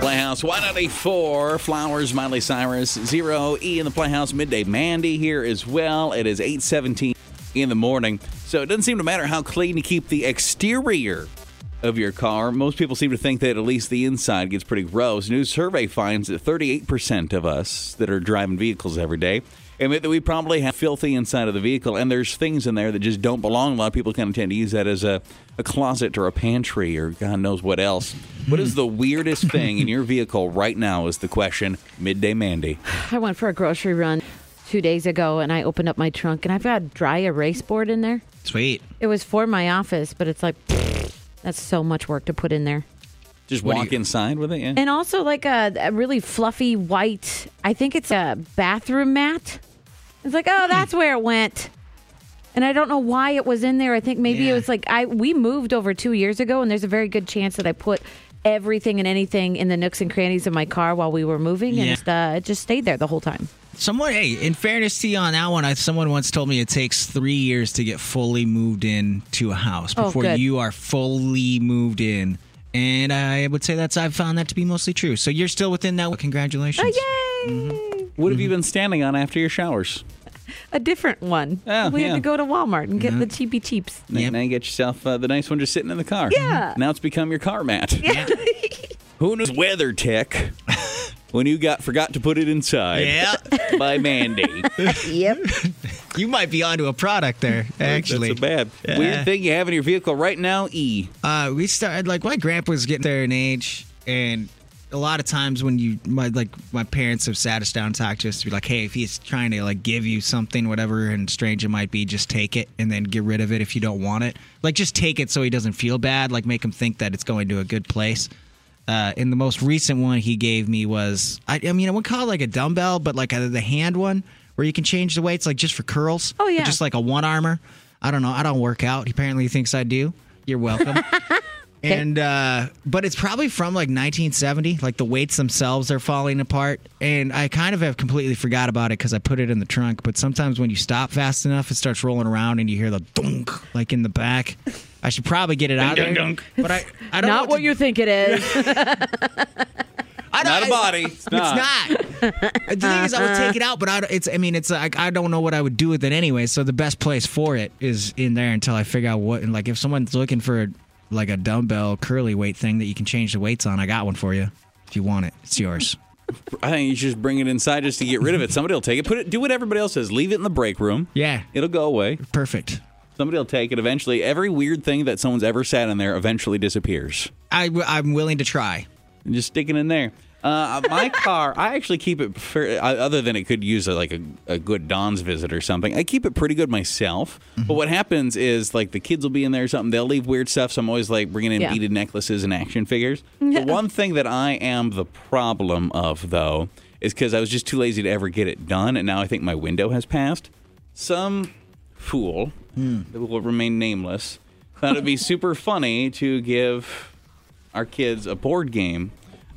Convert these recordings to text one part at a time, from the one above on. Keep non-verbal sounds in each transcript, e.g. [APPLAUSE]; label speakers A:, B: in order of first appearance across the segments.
A: Playhouse 184, Flowers, Miley Cyrus, Zero, E in the Playhouse, Midday Mandy here as well. It is 817 in the morning. So it doesn't seem to matter how clean you keep the exterior of your car. Most people seem to think that at least the inside gets pretty gross. New survey finds that 38% of us that are driving vehicles every day admit that we probably have filthy inside of the vehicle, and there's things in there that just don't belong. A lot of people kind of tend to use that as a, a closet or a pantry or God knows what else. What
B: Hmm.
A: is the weirdest thing in your vehicle right now? Is the question. Midday Mandy.
C: I went for a grocery run two days ago and I opened up my trunk and I've got a dry erase board in there.
B: Sweet.
C: It was for my office, but it's like, [SNIFFS] that's so much work to put in there.
A: Just
B: What do
A: walk
B: you-
A: inside with it? Yeah.
C: And also, like a, a really fluffy white, I think it's a bathroom mat. It's like, oh, that's where it went. And I don't know why it was in there. I think maybe it
B: Yeah.
C: was like I we moved over two years ago, and there's a very good chance that I put everything and anything in the nooks and crannies of my car while we were moving, and
B: Yeah.
C: just, uh, it just stayed there the whole time.
B: Someone, hey, in fairness to you on that one, I, someone once told me it takes three years to get fully moved in to a house
C: Oh,
B: before
C: good.
B: you are fully moved in. And I would say that's, I've found that to be mostly true. So you're still within that. Congratulations.
C: Oh, yay!
B: Mm-hmm.
A: What have you been standing on after your showers?
C: a different one.
A: Oh,
C: we
A: yeah.
C: had to go to Walmart and get the cheapy cheaps.
A: Now-
B: Yep.
A: Now you get yourself uh, the nice one just sitting in the car. Mm-hmm.
C: Yeah.
A: Now it's become your car mat.
B: Yeah.
A: [LAUGHS] Who knows weather
B: [LAUGHS]
A: tech when you got forgot to put it inside
B: yeah.
A: by Mandy?
C: Yep.
B: You might be onto a product there, actually.
A: That's a bad weird thing you have in your vehicle right now. E.
B: Uh, we started like my grandpa's getting there in age, and a lot of times when you my like my parents have sat us down and talked to us to be like, hey, if he's trying to like give you something, whatever and strange it might be, just take it and then get rid of it if you don't want it. Like just take it so he doesn't feel bad. Like make him think that it's going to a good place. Uh, and the most recent one he gave me was I, I mean I wouldn't call it like a dumbbell, but like a, the hand one where you can change the weights, like just for curls.
C: Oh,
B: or
C: yeah.
B: just like a one armor. I don't know. I don't work out. He apparently thinks I do.
C: [LAUGHS]
B: You're welcome. And uh but it's probably from like 1970. Like the weights themselves are falling apart, and I kind of have completely forgot about it because I put it in the trunk. But sometimes when you stop fast enough, it starts rolling around, and you hear the dunk like in the back. I should probably get it out of there. But I, I don't know
C: Not what
B: to-
C: you think it is.
B: I don't-
A: Not a
B: I-
A: body. It's not.
B: It's [LAUGHS] not. the thing is, I would take it out, but I, don't- it's. I mean, it's. Like, I don't know what I would do with it anyway. So the best place for it is in there until I figure out what. And like, if someone's looking for like a dumbbell curly weight thing that you can change the weights on, I got one for you. If you want it, it's [LAUGHS] yours.
A: I think you should just bring it inside just to get rid of it. Somebody will take it. Put it. Do what everybody else says. Leave it in the break room.
B: Yeah.
A: It'll go away.
B: Perfect.
A: Somebody will take it eventually. Every weird thing that someone's ever sat in there eventually disappears.
B: I, am willing to try.
A: and just sticking in there. Uh, my car, I actually keep it. Fair, I- other than it could use a, like a, a good Don's visit or something, I keep it pretty good myself. But what happens is like the kids will be in there or something. They'll leave weird stuff. So I'm always like bringing in
C: Yeah.
A: beaded necklaces and action figures. the one thing that I am the problem of though is because I was just too lazy to ever get it done, and now I think my window has passed. Some fool
B: Hmm.
A: that will remain nameless thought it'd
B: [LAUGHS]
A: be super funny to give our kids a board game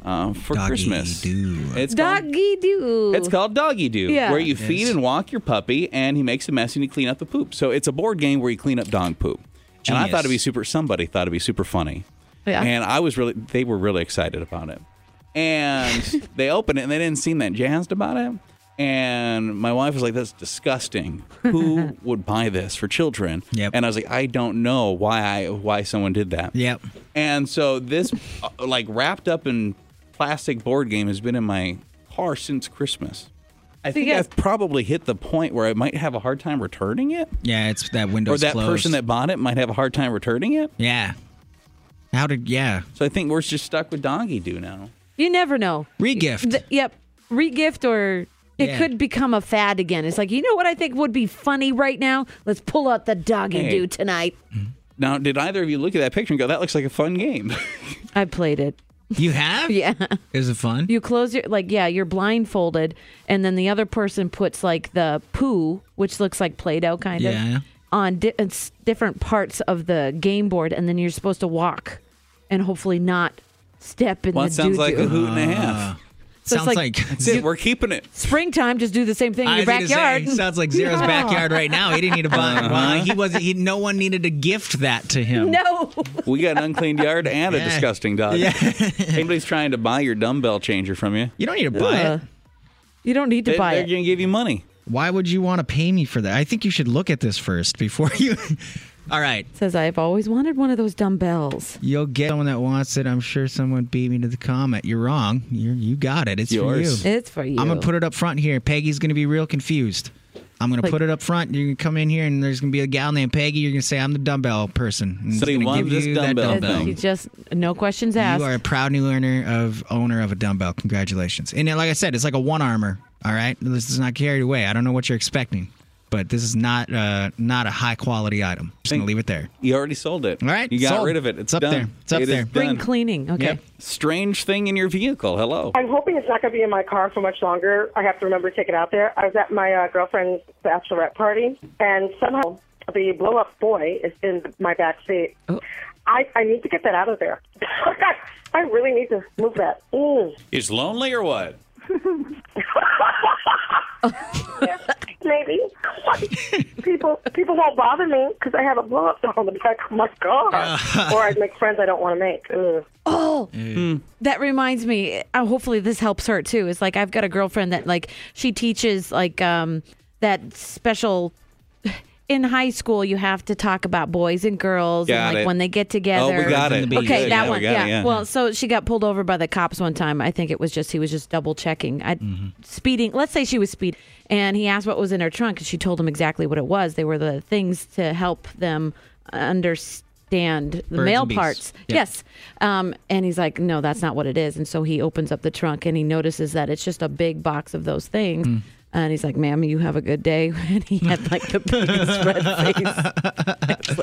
A: uh, for
B: Doggy
A: Christmas.
B: Doo.
A: It's called,
C: Doggy do.
A: it's called Doggy Do,
C: Yeah.
A: where you
B: Yes.
A: feed and walk your puppy, and he makes a mess and you clean up the poop. So it's a board game where you clean up dog poop. And I
B: Genius.
A: thought it'd be super. Somebody thought it'd be super funny.
C: Yeah.
A: And I was really, they were really excited about it.
C: [LAUGHS]
A: And they opened it and they didn't seem that jazzed about it. And my wife was like, that's disgusting.
C: [LAUGHS]
A: Who would buy this for children?
B: Yep.
A: And I was like, I don't know why I, why someone did that.
B: Yep.
A: And so this, uh, like, wrapped up in plastic board game has been in my car since Christmas. I think
C: guys-
A: I've probably hit the point where I might have a hard time returning it,
B: Yeah, it's that window.
A: or that person that bought it might have a hard time returning it.
B: Yeah. How did? Yeah.
A: So I think we're just stuck with Doggy Do now.
C: you never know.
B: Regift.
C: Th- yep. Regift or it
B: Yeah.
C: could become a fad again. It's like, you know what I think would be funny right now? Let's pull out the doggy
A: Hey.
C: do tonight.
A: Now, did either of you look at that picture and go, "That looks like a fun
B: [LAUGHS]
A: game"?
C: I played it.
B: you
C: [LAUGHS]
B: have?
C: Yeah.
B: Is it fun?
C: You close your like yeah, you're blindfolded and then the other person puts like the poo, which looks like Play-Doh kind of
B: Yeah.
C: on di- it's different parts of the game board and then you're supposed to walk and hopefully not step in
A: well,
C: the
A: it sounds like a
C: doo-doo.
B: Ah.
A: hoot and a half.
C: So
B: sounds
C: it's
B: like,
C: like-
A: That's it. We're keeping it.
C: Springtime, just do the same thing in
B: I
C: your
B: was gonna say,
C: backyard.
B: sounds like Zero's
C: No.
B: backyard right now. He didn't need to buy.
A: Uh-huh.
B: buy- He wasn't. He, no one needed to gift that to
C: [LAUGHS]
B: him.
C: No.
A: We got an unclean
B: [LAUGHS]
A: yard and a
B: Yeah.
A: disgusting dog.
B: Yeah.
A: [LAUGHS] Anybody's trying to buy your dumbbell changer from you,
B: You don't need to buy
C: Uh,
B: it.
C: [LAUGHS] you don't need to
A: they,
C: buy
A: are
C: it.
A: going to give you money.
B: Why would you want to pay me for that? I think you should look at this first before [LAUGHS] you. All right.
C: Says I've always wanted one of those dumbbells.
B: You'll get someone that wants it. I'm sure someone beat me to the comment. You're wrong. you you got it. It's
A: Yours.
B: for you.
C: It's for you.
B: I'm gonna put it up front here. Peggy's gonna be real confused. I'm gonna
C: Like-
B: put it up front. You're gonna come in here, and there's gonna be a gal named Peggy. You're gonna say I'm the dumbbell person. And
A: So
B: it's
A: you
B: gonna
A: want
B: give
A: this
B: you that
A: dumbbell
C: It's-
A: dumbbell.
C: You just no questions
B: You are a
C: asked.
B: proud new owner of owner of a dumbbell. Congratulations. And uh, like I said, it's like a one armor. All right, this is not carried away. I don't know what you're expecting, but this is not uh, not a high quality item. Just gonna leave it there.
A: You already sold it.
B: All right,
A: You got
B: sold.
A: rid of it. It's,
B: It's up
A: done.
B: there. It's up
A: It is
B: there.
C: Spring
A: done.
C: cleaning. Okay.
B: Yep.
A: Strange thing in your vehicle. Hello.
D: I'm hoping it's not going to be in my car for much longer. I have to remember to take it out there. I was at my uh, girlfriend's bachelorette party, and somehow the blow up boy is in my back seat. I, I need to get that out of there. [LAUGHS] I really need to move that. Mm.
A: Is lonely or what?
D: Maybe people people won't bother me because I have a blow up doll on the back of my car, or I'd make friends I don't want to make. Mm. Ugh.
C: That reminds me. Uh, hopefully, this helps her too. Is like I've got a girlfriend that like she teaches like um that special. [SIGHS] In high school, you have to talk about boys and girls,
A: Got
C: and like
A: it.
C: when they get together.
A: Oh, we got it.
B: Bees.
C: Okay,
A: Yeah,
C: that
A: we
C: one.
A: got it,
C: Yeah. Well, so she got pulled over by the cops one time. I think it was just he was just double checking. I speeding. Let's say she was speed, and he asked what was in her trunk, and she told him exactly what it was. They were the things to help them understand the
B: Birds
C: male
B: and bees.
C: parts.
B: Yeah.
C: Yes. Um, and he's like, no, that's not what it is. And so he opens up the trunk and he notices that it's just a big box of those things.
B: Mm.
C: And he's like, ma'am, you have a good day. [LAUGHS] And he had like the biggest red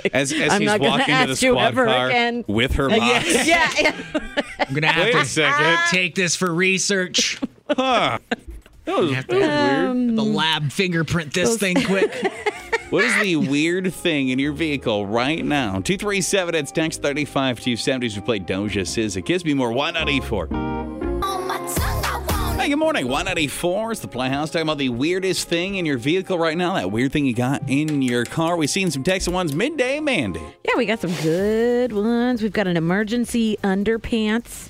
C: face.
B: [LAUGHS]
A: as as
C: I'm
A: he's
C: not gonna
A: walking to the
C: ask you
A: squad
C: ever
A: car
C: again.
A: with her box.
C: yeah. yeah.
B: I'm gonna have
A: Wait
B: to
A: a second.
B: take this for research.
A: [LAUGHS] Huh. That was,
B: have
A: that
B: to-
A: was
C: Um,
A: weird.
B: the lab fingerprint this thing
C: [LAUGHS]
B: quick.
A: What is the weird thing in your vehicle right now? 237, it's text 35 to 70s. We play Doja Sis. It gives me more. Why not E4?
E: On my tongue, I want
A: Hey, good morning. Why not E4? It's the Playhouse talking about the weirdest thing in your vehicle right now. That weird thing you got in your car. We've seen some Texas ones. Midday Mandy.
C: Yeah, we got some good ones. We've got an emergency underpants.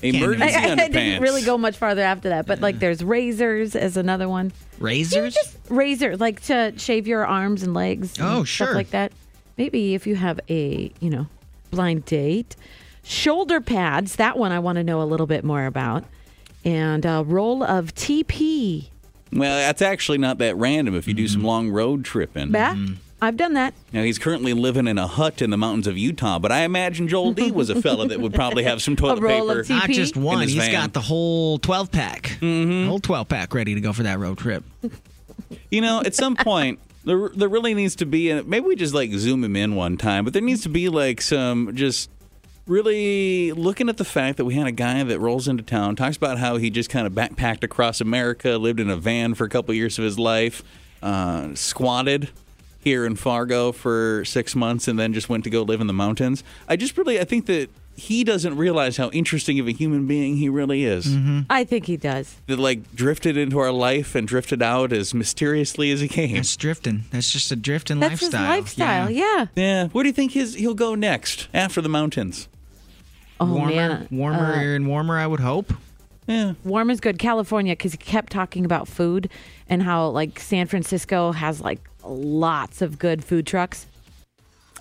A: Emergency
C: I, I
A: underpants.
C: didn't really go much farther after that, but
B: Mm.
C: like there's razors as another one.
B: Razors?
C: Razor, like to shave your arms and legs. and
B: Oh,
C: stuff
B: sure.
C: like that. Maybe if you have a you know blind date, shoulder pads. That one I want to know a little bit more about, and a roll of TP.
A: Well, that's actually not that random if you do
C: Mm-hmm.
A: some long road tripping.
C: Bah,
B: Mm-hmm.
C: I've done that.
A: Now, he's currently living in a hut in the mountains of Utah, but I imagine Joel D was a fella that would probably have
C: [LAUGHS]
A: some toilet
C: roll of
A: paper.
C: TP.
B: Not just
C: In
B: one.
A: his
B: He's
A: van. Mm-hmm.
B: got the whole 12 pack. Whole 12 pack ready to go for that road trip.
A: You know, at some point, there, there really needs to be, and maybe we just like zoom him in one time, but there needs to be like some just really looking at the fact that we had a guy that rolls into town, talks about how he just kind of backpacked across America, lived in a van for a couple years of his life, uh, squatted here in Fargo for six months, and then just went to go live in the mountains. I just really, I think that. He doesn't realize how interesting of a human being he really is.
B: Hmm.
C: I think he does.
A: That like drifted into our life and drifted out as mysteriously as he came.
B: That's drifting. That's just a drifting
C: That's
B: lifestyle.
C: his lifestyle. Yeah.
A: Yeah. Where do you think his he'll go next after the mountains?
C: Oh
B: warmer,
C: man, Uh,
B: warmer and warmer. I would hope.
A: Yeah.
C: warm is good california because he kept talking about food and how like san francisco has like lots of good food trucks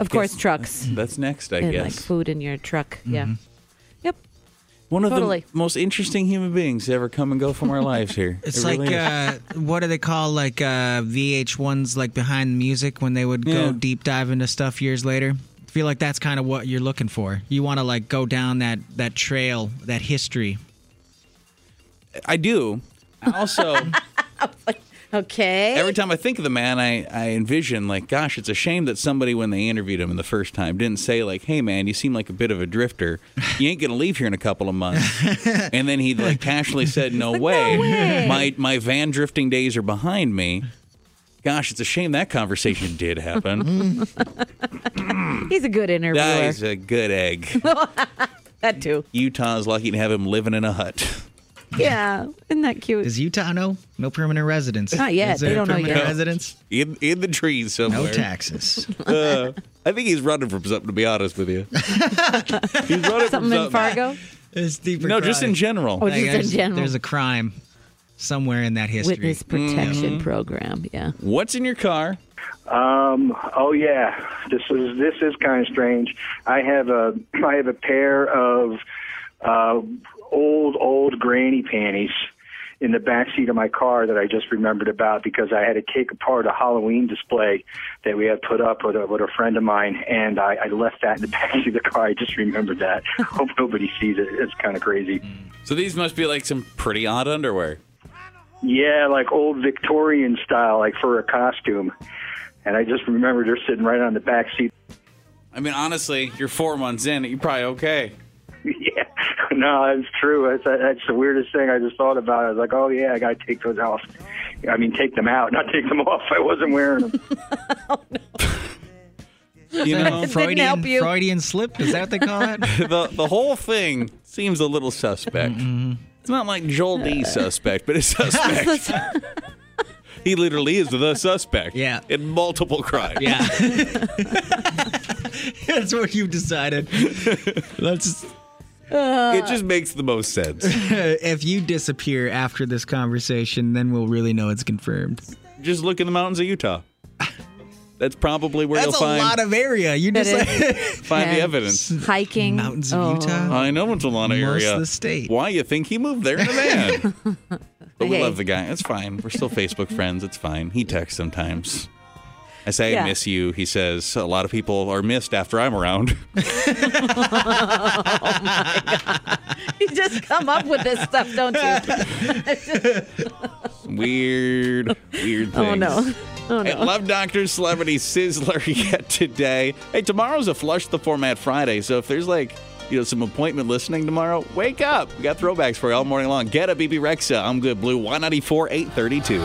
C: of course trucks
A: That's next, I
C: and like
A: guess.
C: food in your truck
B: Mm-hmm.
C: yeah yep
A: One of
C: Totally.
A: the most interesting human beings to ever come and go from our lives here.
B: [LAUGHS] It's
A: It
B: like
A: really is.
B: uh, what do they call like uh, VH1's like behind the music when they would
A: Yeah.
B: go deep dive into stuff years later. I feel like that's kind of what you're looking for. You want to like go down that that trail, that history.
A: I do. I Also,
B: [LAUGHS]
C: okay
A: every time I think of the man, I, I envision like, gosh, it's a shame that somebody when they interviewed him the first time didn't say like, hey man, you seem like a bit of a drifter. You ain't gonna leave here in a couple of months.
B: [LAUGHS]
A: and then he like casually said,
C: [LAUGHS]
A: no, way.
C: way.
A: My my van drifting days are behind me. Gosh, it's a shame that conversation did
B: [LAUGHS]
A: happen.
C: he's a good interviewer
A: That is a good egg.
C: [LAUGHS] that too
A: Utah's lucky to have him living in a hut.
C: yeah, isn't that cute?
B: Does Utah know? No permanent residents.
C: Not yet.
B: Is there
C: They don't know
B: permanent
C: yet.
B: residents?
A: in in the trees somewhere.
B: No
C: [LAUGHS]
B: taxes.
A: Uh, I think he's running from something. To be honest with
B: [LAUGHS]
A: you, he's running from
C: Something in Fargo?
B: it's deeper.
A: No, just
B: crime.
A: in general.
C: Oh, just
B: Like,
C: in
B: there's-
C: general.
B: There's a crime somewhere in that history.
C: Witness protection program. Yeah.
A: What's in your car?
F: Um, oh yeah, this is this is kind of strange. I have a [CLEARS THROAT] I have a pair of uh, old old granny panties in the back seat of my car that I just remembered about because I had to take apart a Halloween display that we had put up with a, with a friend of mine, and I, I left that in the [LAUGHS] back seat of the car. I just remembered that. Hope nobody sees it. It's kind of crazy.
A: So these must be like some pretty odd underwear.
F: Yeah, like old Victorian style, like for a costume. And I just remember they're sitting right on the back seat.
A: I mean, honestly, you're four months in. You're probably okay.
F: [LAUGHS] yeah, no, that's true. That's, that's the weirdest thing I just thought about. I was like, oh yeah, I gotta take those off. I mean, take them out, not take them [LAUGHS] off. I wasn't wearing them.
A: You know, [LAUGHS]
C: [LAUGHS]
B: Freudian,
C: help you.
B: Freudian slip. Is that what they call it?
A: the the whole thing seems a little suspect.
B: Mm-hmm.
A: It's not like Joel D. suspect, but
C: [LAUGHS]
A: it's suspect. he literally is the suspect.
B: Yeah.
A: in multiple crimes.
B: yeah. [LAUGHS] That's what you decided. Let's. uh,
A: it just makes the most sense.
B: If you disappear after this conversation, then we'll really know it's confirmed.
A: [LAUGHS] just look in the mountains of Utah. That's probably where
B: That's
A: you'll
B: a
A: find
B: lot of area. You
C: That Oh.
B: just like, [LAUGHS]
A: find the
C: Yeah.
A: evidence.
C: Hiking.
B: mountains of Utah.
A: I know it's a lot of
B: Most
A: area.
B: of the state.
A: Why you think he moved there in a van?
B: [LAUGHS]
A: but we
C: Hey.
A: love the guy. It's fine. We're still Facebook friends. It's fine. He texts sometimes. I say
C: Yeah.
A: I miss you. He says a lot of people are missed after I'm around. [LAUGHS]
C: Oh. [LAUGHS] You just come up with this stuff, don't you?
B: [LAUGHS]
A: weird, weird things.
C: Oh, no. [LAUGHS] Oh,
A: At
C: no.
A: Love Doctor Celebrity Sizzler [LAUGHS] yet today. Hey, tomorrow's a flush the format Friday, so if there's like you know some appointment listening tomorrow, E wake up. We got throwbacks for you all morning long. Get a BB Rexa. I'm good. Blue. Y ninety four eight thirty two.